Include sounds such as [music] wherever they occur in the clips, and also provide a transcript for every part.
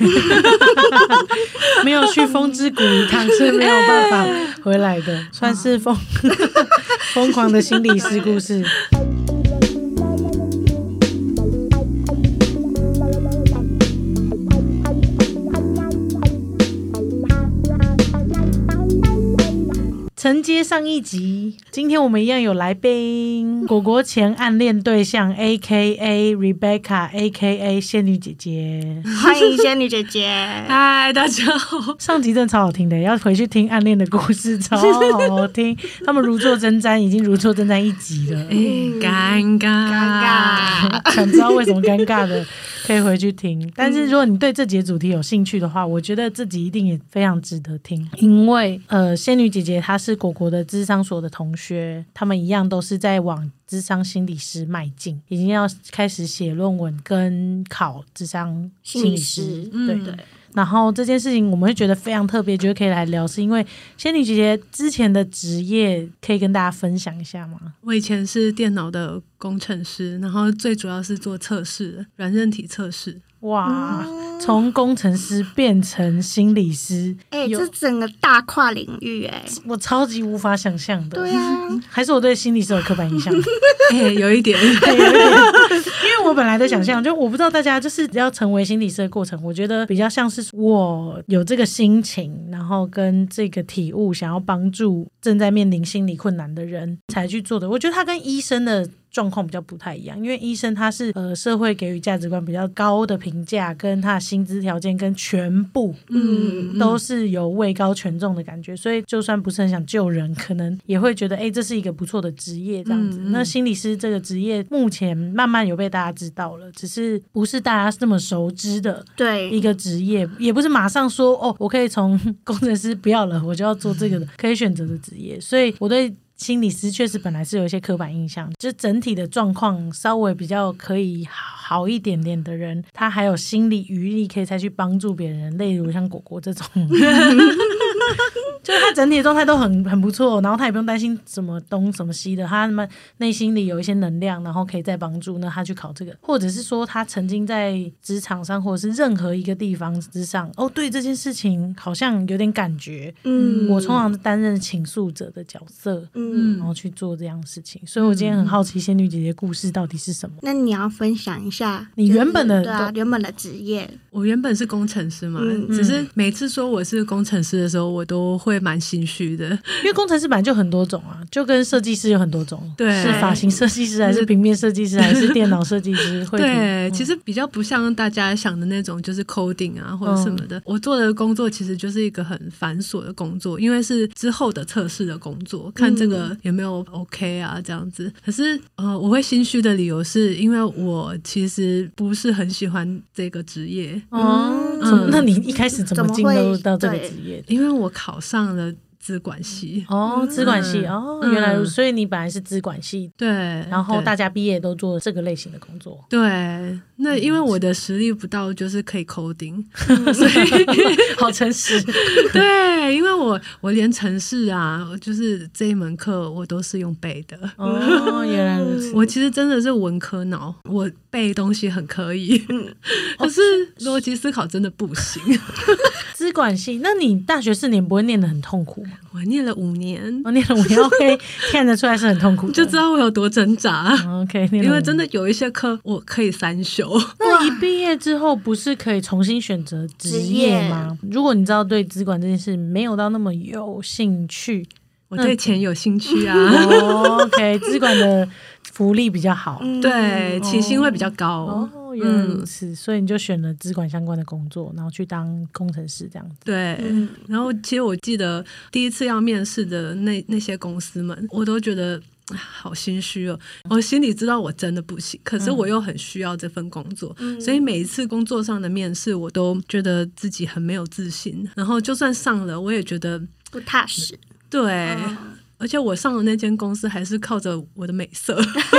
[laughs] 没有去风之谷一趟是没有办法回来的，算是疯疯狂的心理师故事。承接上一集，今天我们一样有来宾，果果前暗恋对象 A K A Rebecca A K A 仙女姐姐。欢迎仙女姐姐。嗨，大家 [laughs] 好。上集真的超好听的，要回去听暗恋的故事，超好听。他们如坐针毡，已经如坐针毡一集了。尴尬，嗯啊尴尬，想知道为什么尴尬的，可以回去听。但是如果你对这节主题有兴趣的话，我觉得这集一定也非常值得听，因为呃，仙女姐姐她是果果的智商所的同学，他们一样都是在往。智商心理师迈进，已经要开始写论文跟考智商心理师。心理师对、对。然后这件事情我们会觉得非常特别，觉得可以来聊，是因为仙女姐姐之前的职业可以跟大家分享一下吗？我以前是电脑的工程师，然后最主要是做测试，软韧体 [laughs] 测试。哇，哦从工程师变成心理师，哎、有这整个大跨领域、哎，我超级无法想象的。对啊，还是我对心理师有刻板印 [laughs] 象，哎、有一点，因为我本来的想象就我不知道大家就是要成为心理师的过程，我觉得比较像是我有这个心情，然后跟这个体悟，想要帮助正在面临心理困难的人才去做的。我觉得它跟医生的。状况比较不太一样，因为医生他是呃社会给予价值观比较高的评价，跟他的薪资条件跟全部嗯，都是有位高权重的感觉，所以就算不是很想救人，可能也会觉得，哎、这是一个不错的职业这样子。嗯嗯那心理师这个职业目前慢慢有被大家知道了，只是不是大家这么熟知的。对，一个职业也不是马上说哦，我可以从 [laughs] 工程师不要了，我就要做这个的可以选择的职业。所以我对心理师确实本来是有一些刻板印象，就整体的状况稍微比较可以好一点点的人，他还有心理余力可以再去帮助别人，例如像果果这种。就是他整体的状态都很很不错，然后他也不用担心什么东什么西的，他们内心里有一些能量，然后可以再帮助那他去考这个，或者是说他曾经在职场上或者是任何一个地方之上，哦，对这件事情好像有点感觉，嗯我通常担任倾诉者的角色，嗯，然后去做这样的事情，所以我今天很好奇仙女姐姐故事到底是什么。那你要分享一下你就是原本的对啊，原本的职业，我原本是工程师嘛，嗯只是每次说我是工程师的时候，我都会蛮心虚的。因为工程师本来就很多种啊，就跟设计师有很多种，对是发型设计师还是平面设计师还是电脑设计师？绘图对，嗯其实比较不像大家想的那种，就是 coding 啊或者嗯什么的。我做的工作其实就是一个很繁琐的工作，因为是之后的测试的工作，看这个嗯有没有 OK 啊这样子。可是呃，我会心虚的理由是因为我其实不是很喜欢这个职业，哦，嗯怎么那你一开始怎么进怎么入会到这个对职业的？因为我考上了资管系。哦，资管系嗯哦，原来如此，嗯所以你本来是资管系，对，然后对大家毕业都做这个类型的工 [laughs] 作。对，那嗯因为我的实力不到，就是可以 coding，好诚实，对，因为我我连城市啊，就是这一门课我都是用背的。哦，原来如此。我其实真的是文科脑，我背东西很可以， [laughs] 可是逻辑思考真的不行。资管系，那你大学四年不会念得很痛苦吗？哦我念了五年，我念了五年，OK，看 [laughs] 得出来是很痛苦的，就知道我有多挣扎。哦 OK，念了因五为年真的有一些课我可以三修，那一毕业之后，不是可以重新选择职业吗？如果你知道对资管这件事没有到那么有兴趣、我对钱有兴趣啊，哦、，OK，资管的福利比较好。嗯，对，起薪会比较高。哦，原来如此，所以你就选了资管相关的工作，然后去当工程师这样子。对，嗯然后其实我记得第一次要面试的那那些公司们，我都觉得。唉好心虚哦！我心里知道我真的不行，可是我又很需要这份工作，嗯所以每一次工作上的面试，我都觉得自己很没有自信。然后就算上了，我也觉得不踏实，对，嗯而且我上的那间公司还是靠着我的美色，可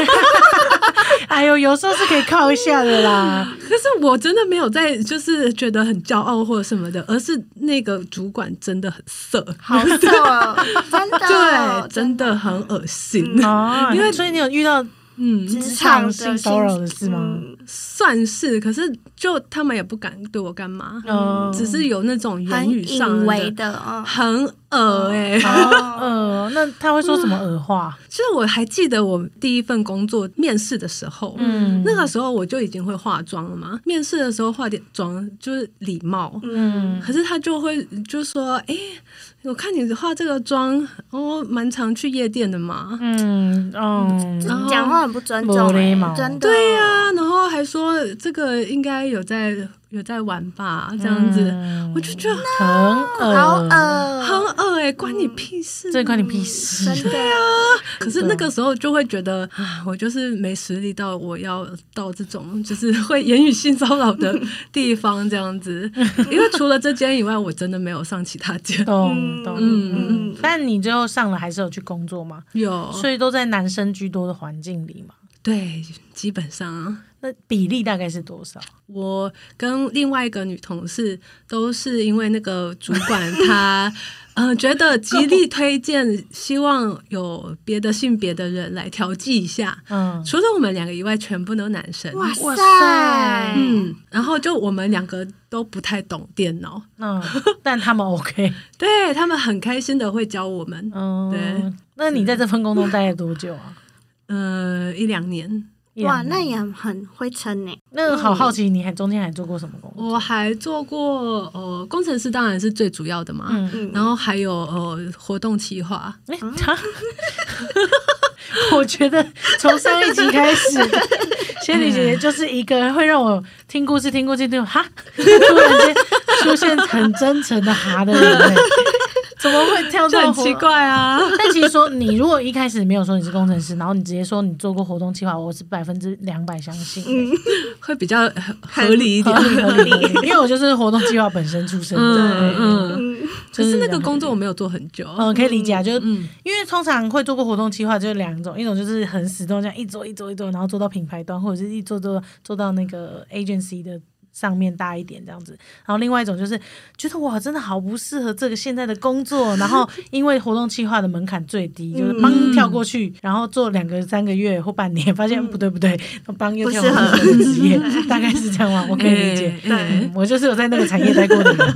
哎呦，有时候是可以靠一下的 [laughs] 啦。是我真的没有在就是觉得很骄傲或者什么的，而是那个主管真的很色，好色哦，真的，嗯对，真的很恶心。哦，因为所以你有遇到嗯，职职场场性的骚扰的事吗嗯算是，可是就他们也不敢对我干嘛，嗯只是有那种言很语上隐微的，哦的，嗯，很恶哎、欸。哦，呃，那他会说什么恶话？其实我还记得我第一份工作面试的时候，嗯，那个时候我就已经会化妆了嘛。面试的时候化点妆就是礼貌，嗯可是他就会就说：“哎、我看你化这个妆，哦，蛮常去夜店的嘛。嗯嗯，然后讲话很不尊重没礼貌欸，真的，对啊呀、然后还说这个应该有在有在玩吧，这样子，嗯我就觉得很好恶，恶，很恶哎、关你屁事、这嗯关你啊屁事！真的，可是那个时候就会觉得啊，我就是没实力到我要到这种就是会言语性骚扰 [laughs] 的地方这样子，因为除了这间以外，我真的没有上其他间。懂嗯懂，嗯嗯。但你最后上了还是有去工作吗？有所以都在男生居多的环境里嘛。对，基本上啊那比例大概是多少？我跟另外一个女同事都是因为那个主 [laughs] 管她。呃，觉得极力推荐，希望有别的性别的人来调剂一下。嗯，除了我们两个以外，全部都男生。哇哇塞塞，嗯，然后就我们两个都不太懂电脑，嗯，但他们 OK。对他们很开心的会教我们，对嗯，那你在这份工作待了多久 [laughs] 啊？呃，一两年。一哇，两那年也很会撑呢，那嗯好好奇，你还中间还做过什么工作？我还做过呃，工程师当然是最主要的嘛，嗯，嗯，然后还有呃，活动企划，哎， [laughs] 他，我觉得从上一集开 [laughs] 始，仙女姐姐嗯就是一个会让我听故事、听故事、听哈， [laughs] 突然间出现很真诚的哈的人欸，怎么会跳就到很活奇？怪啊。 [laughs] 但其实说，你如果一开始没有说你是工程师，然后你直接说你做过活动计划，我是百分之两百相信欸。嗯会比较合合 [laughs] 理一点。合理， [laughs] 因为我就是活动计划本身出身的，嗯嗯，嗯，就可是那个两工作我没有做很久。嗯，可以理解啊，就是嗯因为通常会做过活动计划就是两种，一种就是很死忠这样一做一做一做，然后做到品牌端，或者是一做做做到那个 agency 的上面大一点这样子。然后另外一种就是觉得哇，真的好不适合这个现在的工作，然后因为活动计划的门槛最低，就是帮跳过去，然后做两个三个月或半年，发现嗯不对不对，帮又跳过不去的职业，大概是这样啊嘛，我可以理解。哎哎嗯我就是有在那个产业待过的人。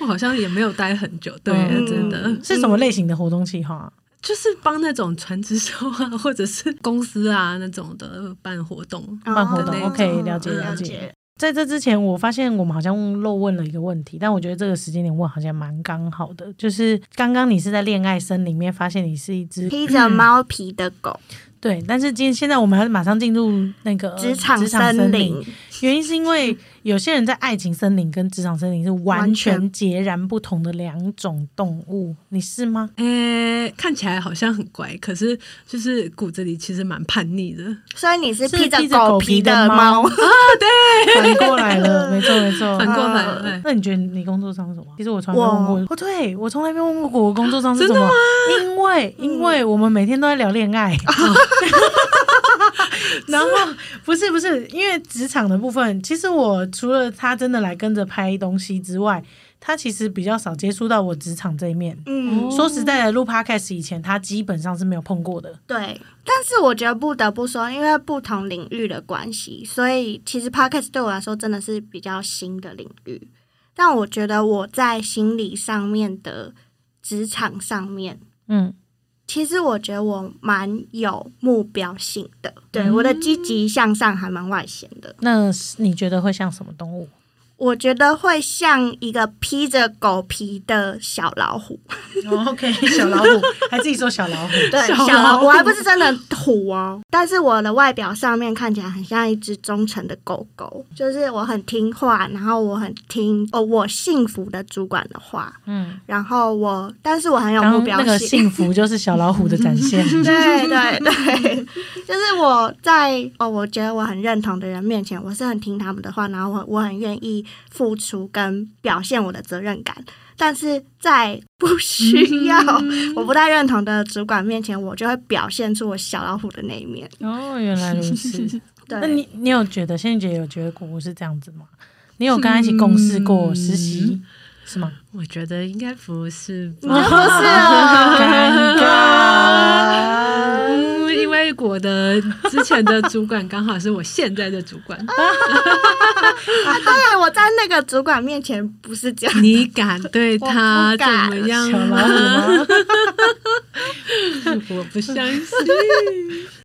我好像也没有待很久，对，嗯真的是什么类型的活动计划啊？就是帮那种传直销啊，或者是公司啊那种的办活动。慢活哦动对，OK，嗯了解嗯了了解解。在这之前，我发现我们好像漏问了一个问题，但我觉得这个时间点问好像蛮刚好的。就是刚刚你是在恋爱森林里面发现你是一只披着猫皮的狗，对，但是今天现在我们要马上进入那个职场嗯森森林，原因是因为有些人在爱情森林跟职场森林是完完全全截然不同的两种动物，你是吗？诶、看起来好像很乖，可是就是骨子里其实蛮叛逆的。所以你是是披着披着狗狗皮皮的的猫， [laughs] 反过来 [laughs] 了，没错没错，呃反过来啊了，哎那你觉得你工作上是什么？其实我从来没问过我，哦，对我从来没问过我工作上是什么，因为因为我们每天都在聊恋 [laughs] 爱。然后不是不是，因为职场的部分，其实我除了他真的来跟着拍东西之外，他其实比较少接触到我职场这一面。嗯，说实在的，录 podcast 以前，他基本上是没有碰过的。对，但是我觉得不得不说，因为不同领域的关系，所以其实 podcast 对我来说真的是比较新的领域。但我觉得我在心理上面的职场上面，嗯，其实我觉得我蛮有目标性的。对，嗯我的积极向上还蛮外显的。那你觉得会像什么动物？我觉得会像一个披着狗皮的小老虎，哦，OK，小 [laughs] 老虎，还自己说小老虎。 [laughs] 对，小小老老虎虎，我还不是真的虎哦，但是我的外表上面看起来很像一只忠诚的狗狗，就是我很听话，然后我很听哦，我幸福的主管的话，嗯，然后我，但是我很有目当标那个性。幸福就是小老虎的展现。 [laughs] 对对对， [laughs] 就是我在哦，我觉得我很认同的人面前，我是很听他们的话，然后我我很愿意付出跟表现我的责任感。但是在不需要、嗯 [laughs] 我不太认同的主管面前，我就会表现出我小老虎的那一面。哦，原来如 [laughs] 此。对，那你你有觉得仙女姐有觉得果果是这样子吗？你有跟她一起共事过嗯实习、是吗？我觉得应该不是吧？不是啊尴尬。嗯，因为果的之前的主管刚好是我现在的主 [laughs] 管，啊，当然我在那个主管面前不是这样，你敢对我他不怎敢么样小老虎吗？吗？ [laughs] 我不相信。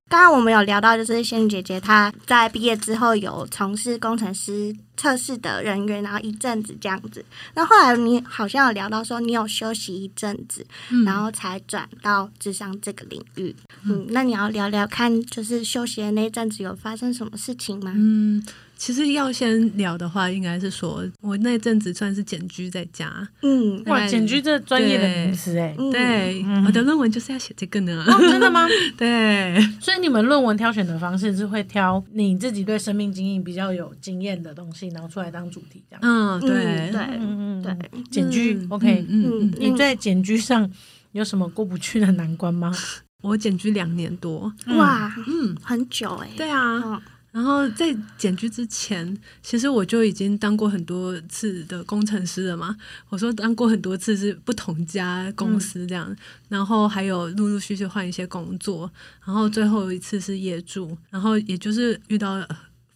刚刚我们有聊到，就是仙女姐姐她在毕业之后有从事工程师测试的人员，然后一阵子这样子。那后来你好像有聊到说，你有休息一阵子，嗯然后才转到智商这个领域。嗯，那你要聊聊看，就是休息的那一阵子有发生什么事情吗？嗯，其实要先聊的话，应该是说我那阵子算是简居在家，嗯大哇，概简居这专业的名词哎、嗯，对，嗯我的论文就是要写这个呢。哦，真的吗？ [laughs] 对，所以你们论文挑选的方式是会挑你自己对生命经验比较有经验的东西，然后出来当主题这样。嗯，对，嗯，对嗯嗯对嗯，。简居、嗯 OK，、嗯嗯嗯，你在简居上有什么过不去的难关吗？我简居两年多，嗯哇，嗯，很久哎、对啊，嗯然后在检举之前，其实我就已经当过很多次的工程师了嘛。我说当过很多次是不同家公司这样，然后还有陆陆续续换一些工作，然后最后一次是业主，然后也就是遇到呃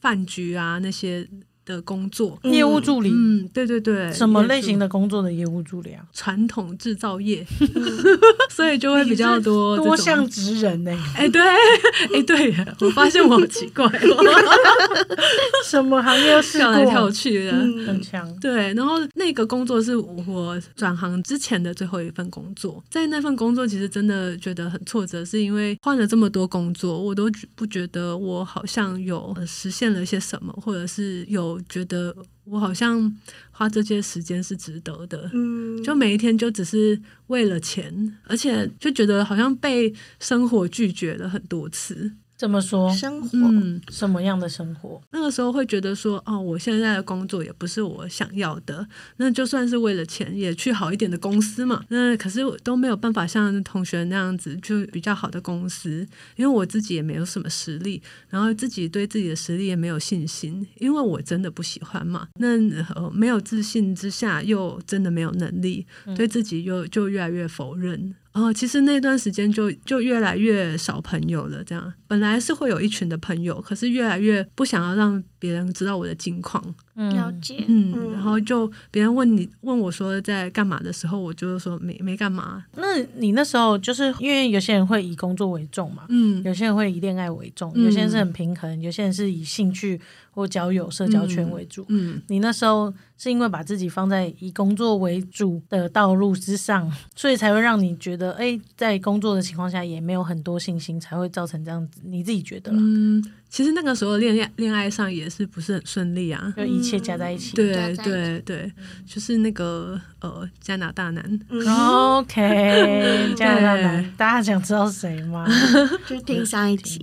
饭局啊那些的工作。嗯业务助理、嗯，对对对，什么业主类型的工作的业务助理啊？传统制 [laughs] 造业，所以就会比较多多哦这种项职人呢、欸哎、对，哎、对耶，我发现我好奇怪哦，什么行业都试跳来跳过，去的。很嗯强。对，然后那个工作是我转行之前的最后一份工作，在那份工作其实真的觉得很挫折，是因为换了这么多工作，我都觉不觉得我好像有呃实现了一些什么，或者是有觉得我好像花这些时间是值得的。嗯，就每一天就只是为了钱，而且就觉得好像被生活拒绝了很多次。这么说，生活，嗯，什么样的生活？那个时候会觉得说，哦，我现在的工作也不是我想要的，那就算是为了钱，也去好一点的公司嘛。那可是我都没有办法像同学那样子去比较好的公司，因为我自己也没有什么实力，然后自己对自己的实力也没有信心，因为我真的不喜欢嘛。那、呃、没有自信之下，又真的没有能力，嗯对自己又就越来越否认。哦，其实那段时间就就越来越少朋友了，这样本来是会有一群的朋友，可是越来越不想要让别人知道我的近况，了嗯，解，嗯，然后就别人问你问我说在干嘛的时候，我就说没没干嘛，那你那时候就是因为有些人会以工作为重嘛，嗯，有些人会以恋爱为重，嗯有些人是很平衡，有些人是以兴趣或交友、社交圈为主。嗯，你那时候是因为把自己放在以工作为主的道路之上，所以才会让你觉得，哎、在工作的情况下也没有很多信心，才会造成这样子。你自己觉得啦，嗯，其实那个时候恋爱恋爱上也是不是很顺利啊，就一切加在一起。在对一起对对，就是那个呃加拿大男，嗯， OK，加拿大对男，大家想知道谁吗？就听上一集，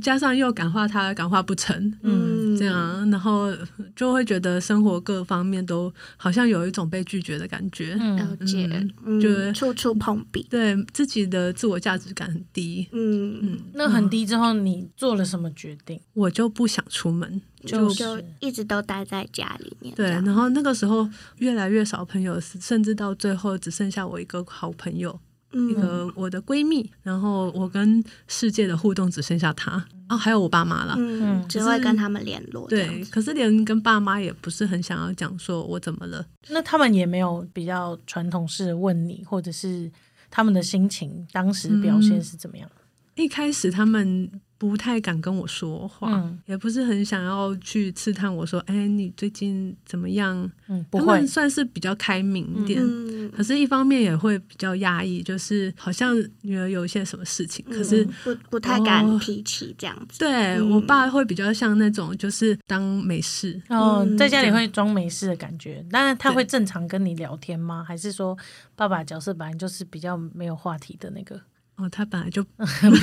加上又感化他感化不成，嗯这，样，啊然后就会觉得生活各方面都好像有一种被拒绝的感觉，了嗯，解，嗯就是嗯，处处碰壁，对自己的自我价值感很低。嗯，嗯，那很低之后，你做了什么决定？我就不想出门。就就是一直都待在家里面，对，这样然后那个时候越来越少朋友，甚至到最后只剩下我一个好朋友，一嗯个我的闺蜜，然后我跟世界的互动只剩下她，哦，还有我爸妈啦。嗯，只会跟他们联络，这样对，子，可是连跟爸妈也不是很想要讲，说我怎么了。那他们也没有比较传统式地问你，或者是他们的心情当时嗯表现是怎么样？一开始他们不太敢跟我说话，嗯也不是很想要去刺探我说：“哎，你最近怎么样嗯，？”不他会们，算是比较开明一点。嗯，可是，一方面也会比较压抑，就是好像女儿有一些什么事情，可是嗯不不太敢提起这样子，对、嗯我爸会比较像那种，就是当没事，哦，嗯在家里会装没事的感觉。但是他会正常跟你聊天吗？还是说爸爸角色本来就是比较没有话题的那个， [laughs] 哦，他本来就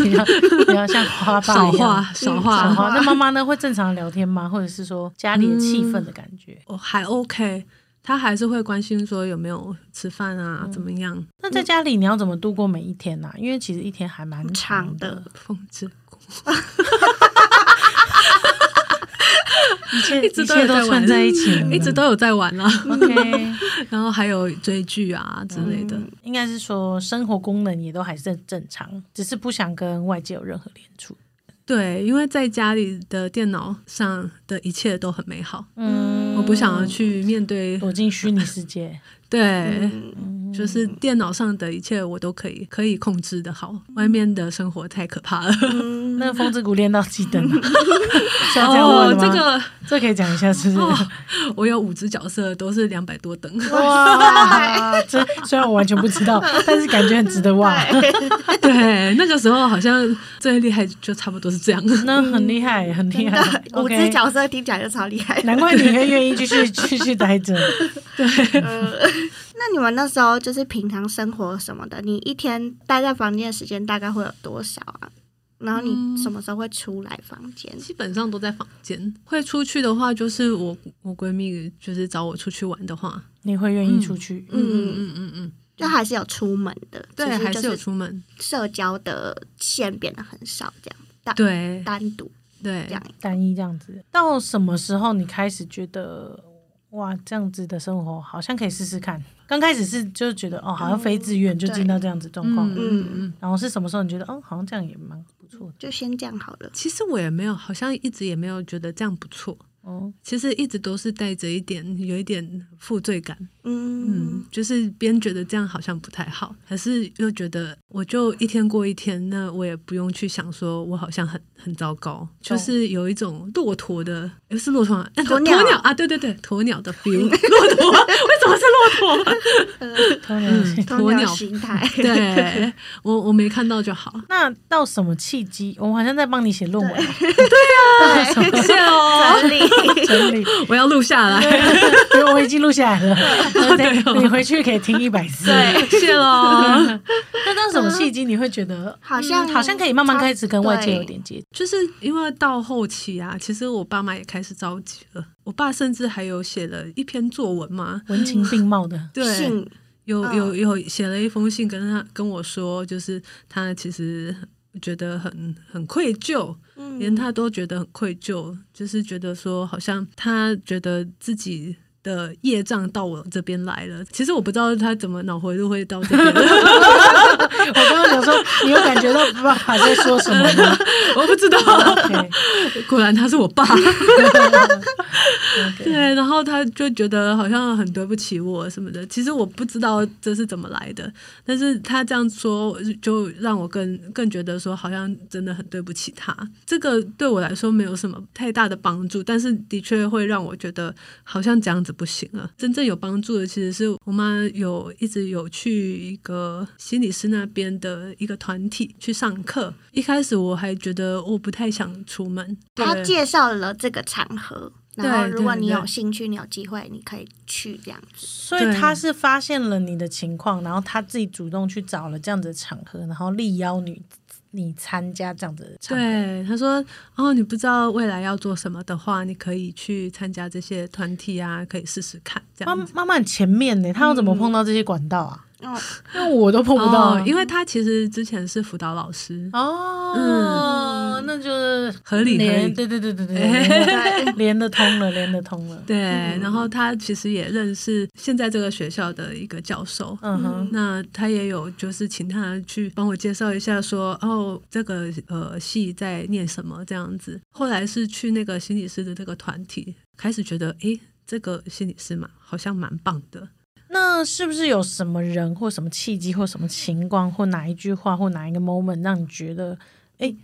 比较比较像花爸少一样？话少少话，话那妈妈呢会正常聊天吗？或者是说家里的气氛的感觉？哦还 OK，他还是会关心说有没有吃饭啊，怎么样，那在家里你要怎么度过每一天呢、啊因为其实一天还蛮哦长的。的，风之谷。一切一直一都有切在都玩串在一起了， [laughs] 一直都有在玩啊， OK。然后还有追剧啊之类的。嗯应该是说生活功能也都还是正正常，只是不想跟外界有任何联触。对，因为在家里的电脑上的一切都很美好，嗯，我不想要去面对。躲进虚拟世界。对，嗯就是电脑上的一切我都可以可以控制的好，外面的生活太可怕了。 [laughs] 嗯那个风之谷练到几等啊？是要这样哦问，的这吗个这可以讲一下，是不哦是？，我有五只角色都是两百多等。哦 [laughs] 哇， [laughs] 这虽然我完全不知道，但是感觉很值得哇。 [laughs] 对，那个时候好像最厉害就差不多是这样。那很厉害，很厉害真。的，五 OK 只，角色听起来就超厉害的。难怪你会愿意继续继续待着。那你们那时候就是平常生活什么的，你一天待在房间的时间大概会有多少啊？然后嗯你什么时候会出来房间？基本上都在房间，会出去的话，就是我我闺蜜就是找我出去玩的话，你会愿意出去？嗯嗯，嗯嗯嗯，就还是有出门的，对，只还就是有出门，社交的线变得很少，这样对单独对这，样。单一这样子，到什么时候你开始觉得哇，这样子的生活好像可以试试看？刚开始是就觉得哦，好像非自愿就进到这样子状况，嗯嗯嗯。然后是什么时候你觉得哦，好像这样也蛮不错的？就先这样好了。其实我也没有，好像一直也没有觉得这样不错。哦，其实一直都是带着一点，有一点负罪感，嗯嗯，，就是边觉得这样好像不太好，可是又觉得我就一天过一天，那我也不用去想说我好像很很糟糕，懂就是有一种骆驼的，诶是骆驼吗？哦鸵鸵鸟鸵鸟啊，对对对，鸵鸟 [laughs] 的 feel，骆驼为什么是骆驼？突然间鸵 [laughs] 鸵鸟鸟心态， [laughs] 对我我没看到就 [laughs] 好， [laughs] 那到什么契机？我好像在帮你写论文，谢谢哦，合理。 [laughs] 整理，我要录下来，因 [laughs] 为我已经录下来了，对你回去可以听一百次。对，谢喽。 [laughs] 那到什么契机你会觉得嗯好像好像可以慢慢差开始跟外界对有点接触？就是因为到后期啊，其实我爸妈也开始着急了，我爸甚至还有写了一篇作文嘛，文情并茂的，对，性有嗯有有写了一封信跟他跟我说，就是他其实觉得很很愧疚，嗯连他都觉得很愧疚，就是觉得说好像他觉得自己。的业障到我这边来了，其实我不知道他怎么脑回路会到这边， [laughs] 我刚刚想说，你有感觉到爸爸在说什么吗我不知道。 ？OK，果然他是我爸，对，然后他就觉得好像很对不起我什么的。其实我不知道这是怎么来的，但是他这样说，就让我更更觉得说，好像真的很对不起他。这个对我来说没有什么太大的帮助，但是的确会让我觉得好像这样子不行了。真正有帮助的其实是我妈有一直有去一个心理师那边的一个团体去上课。一开始我还觉得我不太想出门，他对介绍了这个场合，对然后如果对你有对兴趣，你有机会，你可以去这样子。所以他是发现了你的情况，然后他自己主动去找了这样子的场合，然后力邀你你参加这样子的场合。对，他说，哦，你不知道未来要做什么的话，你可以去参加这些团体啊，可以试试看这妈样子。妈妈很前面呢，他要怎么碰到这些管道啊？嗯嗯，[laughs] 因为我都碰不到啊、 [laughs] 嗯哦，因为他其实之前是辅导老师，哦，那就是合理合连理对对对对对，连 [laughs] 得连得通了，连得通了。对，然后他其实也认识现在这个学校的一个教授。嗯哼，那他也有，就是请他去帮我介绍一下说，哦，这个呃系在念什么这样子。后来是去那个心理师的这个团体，开始觉得，诶，这个心理师嘛，好像蛮棒的。那是不是有什么人或什么契机或什么情况或哪一句话或哪一个 moment 让你觉得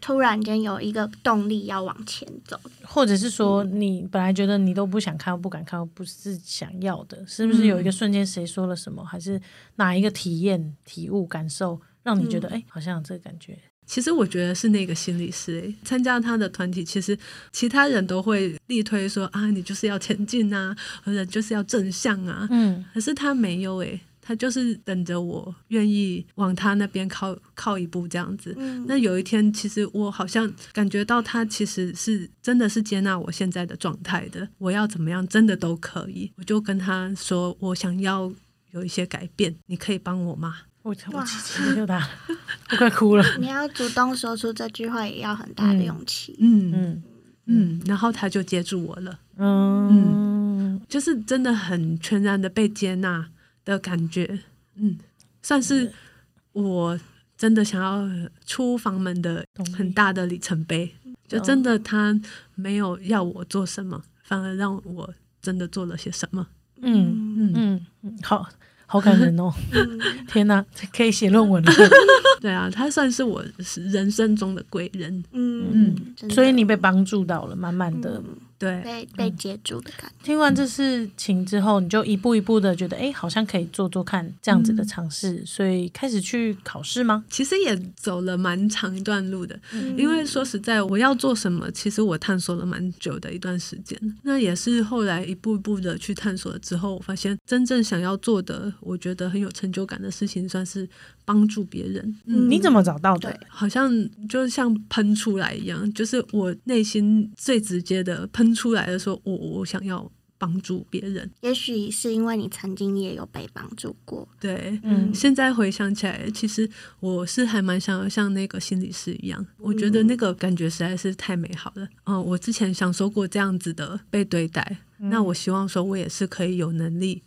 突然间有一个动力要往前走，或者是说你本来觉得你都不想看、不敢看、不是想要的，是不是有一个瞬间谁说了什么，还是哪一个体验、体悟、感受，让你觉得哎、诶好像有这个感觉？其实我觉得是那个心理师、诶参加他的团体，其实其他人都会力推说啊，你就是要前进啊，人就是要正向啊，嗯，可是他没有诶、他就是等着我愿意往他那边靠靠一步这样子。嗯那有一天，其实我好像感觉到他其实是真的是接纳我现在的状态的，我要怎么样真的都可以。我就跟他说，我想要有一些改变，你可以帮我吗？我我哇起鸡皮疙瘩，我快哭了。你要主动说出这句话，也要很大的勇气。嗯嗯，嗯，然后他就接住我了，嗯，就是真的很全然的被接纳的感觉，嗯，算是我真的想要出房门的懂很大的里程碑，就真的他没有要我做什么，反而让我真的做了些什么，嗯嗯嗯，嗯，嗯好好感人哦！天哪，可以写论文了。对啊，他算是我人生中的贵人，嗯，真的所以你被帮助到了，满满的。嗯对，被被接住的感觉，听完这事情之后，你就一步一步的觉得，哎，好像可以做做看这样子的尝试，所以开始去考试吗？其实也走了蛮长一段路的，嗯因为说实在，我要做什么，其实我探索了蛮久的一段时间。那也是后来一步一步的去探索了之后，我发现真正想要做的，我觉得很有成就感的事情，算是帮助别人。嗯你怎么找到的对？好像就像喷出来一样，就是我内心最直接的喷出来的说，我我想要帮助别人。也许是因为你曾经也有被帮助过，对，嗯现在回想起来，其实我是还蛮想要像那个心理师一样，我觉得那个感觉实在是太美好了。嗯、我之前享受过这样子的被对待，那我希望说我也是可以有能力，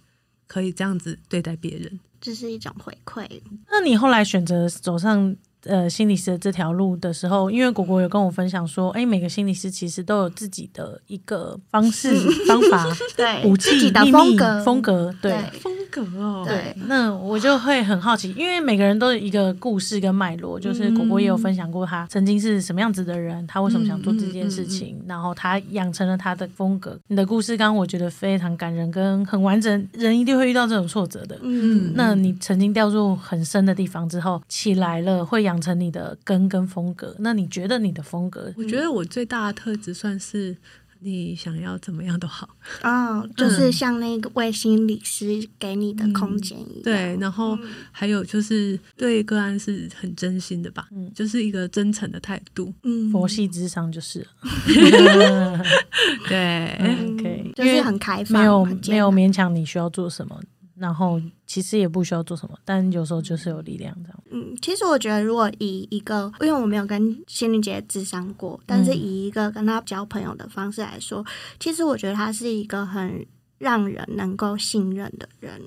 可以这样子对待别人。这是一种回 [laughs] 馈。那你后来选择走上呃心理师的这条路的时候，因为果果有跟我分享说，哎，每个心理师其实都有自己的一个方 [laughs] 式、方法、对武自己器、的秘风密格、风格，对。风格哦，对那我就会很好奇，因为每个人都有一个故事跟脉络，就是果果也有分享过他曾经是什么样子的人，他为什么想做这件事嗯情，然后他养成了他的风格。你的故事刚刚我觉得非常感人，跟很完整，人一定会遇到这种挫折的。嗯，那你曾经掉入很深的地方之后，起来了会养成你的根跟风格。那你觉得你的风格嗯我觉得我最大的特质算是你想要怎么样都好。哦，嗯就是像那个卫星理师给你的空间嗯一样，对，然后还有就是对个案是很真心的吧，就是一个真诚的态度。嗯，佛系之上就是了 [laughs] 对，嗯，OK，就是很开放，没有很接纳没有勉强你需要做什么，然后其实也不需要做什么，但有时候就是有力量这样。嗯，其实我觉得，如果以一个，因为我没有跟心理姐智商过，但嗯是以一个跟她交朋友的方式来说，其实我觉得她是一个很让人能够信任的人。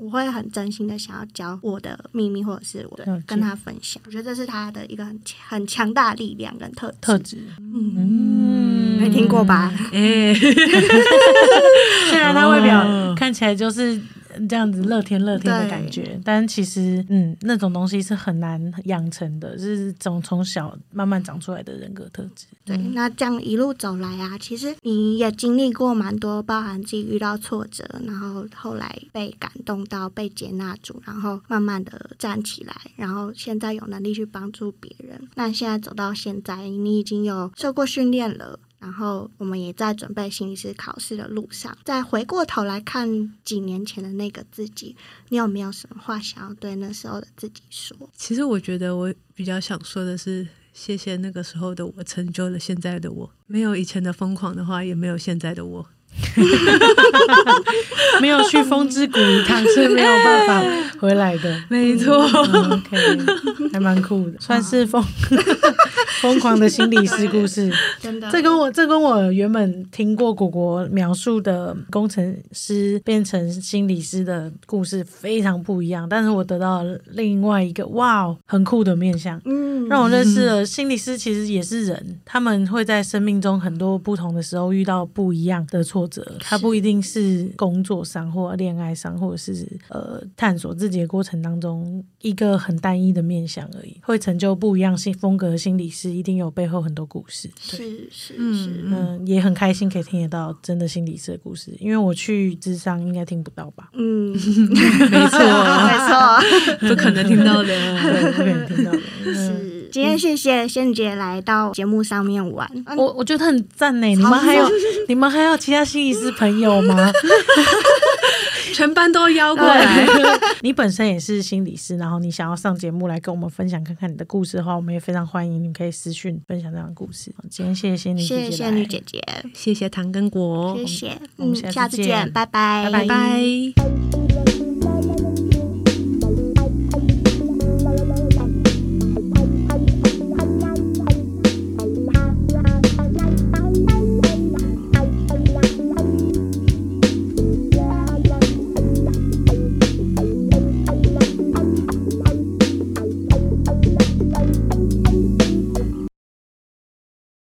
我会很真心的想要教我的秘密，或者是我了解跟她分享。我觉得这是她的一个很很强大的力量跟特质特质，嗯，嗯，没听 [laughs] 过吧？ [laughs] 哎、虽然他啊外表哦看起来就是这样子乐天乐天的感觉，但其实嗯，那种东西是很难养成的，是从从小慢慢长出来的人格特质。对，那这样一路走来啊，嗯其实你也经历过蛮多，包含自己遇到挫折，然后后来被感动到，被接纳住，然后慢慢的站起来，然后现在有能力去帮助别人。那现在走到现在，你已经有受过训练了。然后我们也在准备心理师考试的路上，再回过头来看几年前的那个自己，你有没有什么话想要对那时候的自己说？其实我觉得我比较想说的是，谢谢那个时候的我成就了现在的我。没有以前的疯狂的话，也没有现在的我。 [laughs] 没有去风之谷一趟是没有办法回来 [laughs] 的。没错，嗯 OK，还蛮酷的，算是疯 [laughs] 疯狂的心理师故 [laughs] 事。真的这跟我这跟我原本听过果果描述的工程师变成心理师的故事非常不一样，但是我得到了另外一个哇哦，很酷的面向。嗯，让我认识了心理师，其实也是人，他们会在生命中很多不同的时候遇到不一样的挫折，他不一定是工作上或恋爱上，或者是呃探索自己的过程当中一个很单一的面向而已，会成就不一样性风格的心理师，一定有背后很多故事。是是嗯是，？嗯嗯，也很开心可以听得到真的心理师的故事，因为我去智商应该听不到 [laughs] 吧嗯，没没错，错，不可能听到对， [laughs] 的。哦不可能听到的。嗯是。今天谢谢仙姐来到节目上面玩， [laughs] 我我觉得很赞呢，你们还有你们还有其他心理师朋友吗？全班都邀过来， [laughs] 你本身也是心理师，然后你想要上节目来跟我们分享看看你的故事的话，我们也非常欢迎你可以私讯分享这样的故事。今天谢谢仙女姐姐谢来，哦谢仙女姐姐，谢谢糖跟果谢，谢，我们嗯，下次下次见见，拜拜，拜拜拜。